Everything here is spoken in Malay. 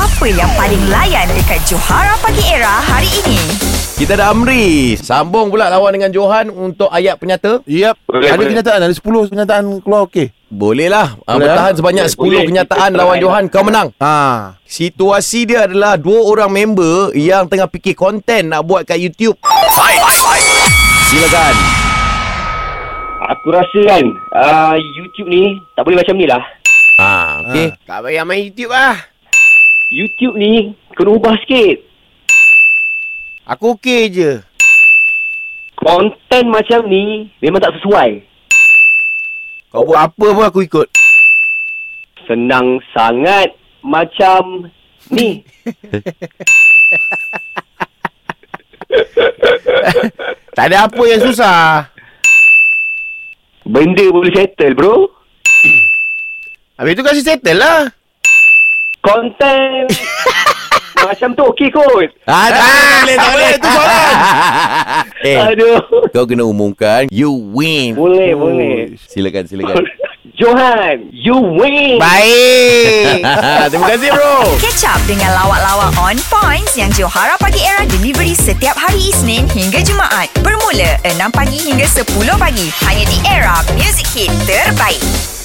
Apa yang paling layan dekat Johara Pagi Era hari ini? Kita ada Amri. Sambung pula lawan dengan Johan untuk ayat penyata. Yep. Boleh, ada boleh. kenyataan, ada 10 kenyataan keluar okey. Bolehlah. Ah, Boleh, bertahan ah? sebanyak 10 Boleh, boleh. kenyataan Kita lawan try. Johan. Kau menang. Ha. Situasi dia adalah dua orang member yang tengah fikir konten nak buat kat YouTube. Silakan. Aku rasa kan uh, YouTube ni tak boleh macam ni lah. Ah, okey. Tak payah main YouTube lah. YouTube ni kena ubah sikit. Aku okey je. Konten macam ni memang tak sesuai. Kau buat apa pun aku ikut. Senang sangat macam ni. Tak ada apa yang susah. Benda boleh settle bro. Habis tu kasi settle lah. Konten macam tu okey kot. Ah, tak boleh, tak boleh. Itu soalan. eh, Aduh. kau kena umumkan. You win. Boleh, boleh. Silakan, Oh, silakan. Johan, you win. Baik. Terima kasih bro. Catch up dengan lawak-lawak on points yang Johara Pagi Era delivery setiap hari Isnin hingga Jumaat. Bermula 6 pagi hingga 10 pagi. Hanya di Era Music Hit Terbaik.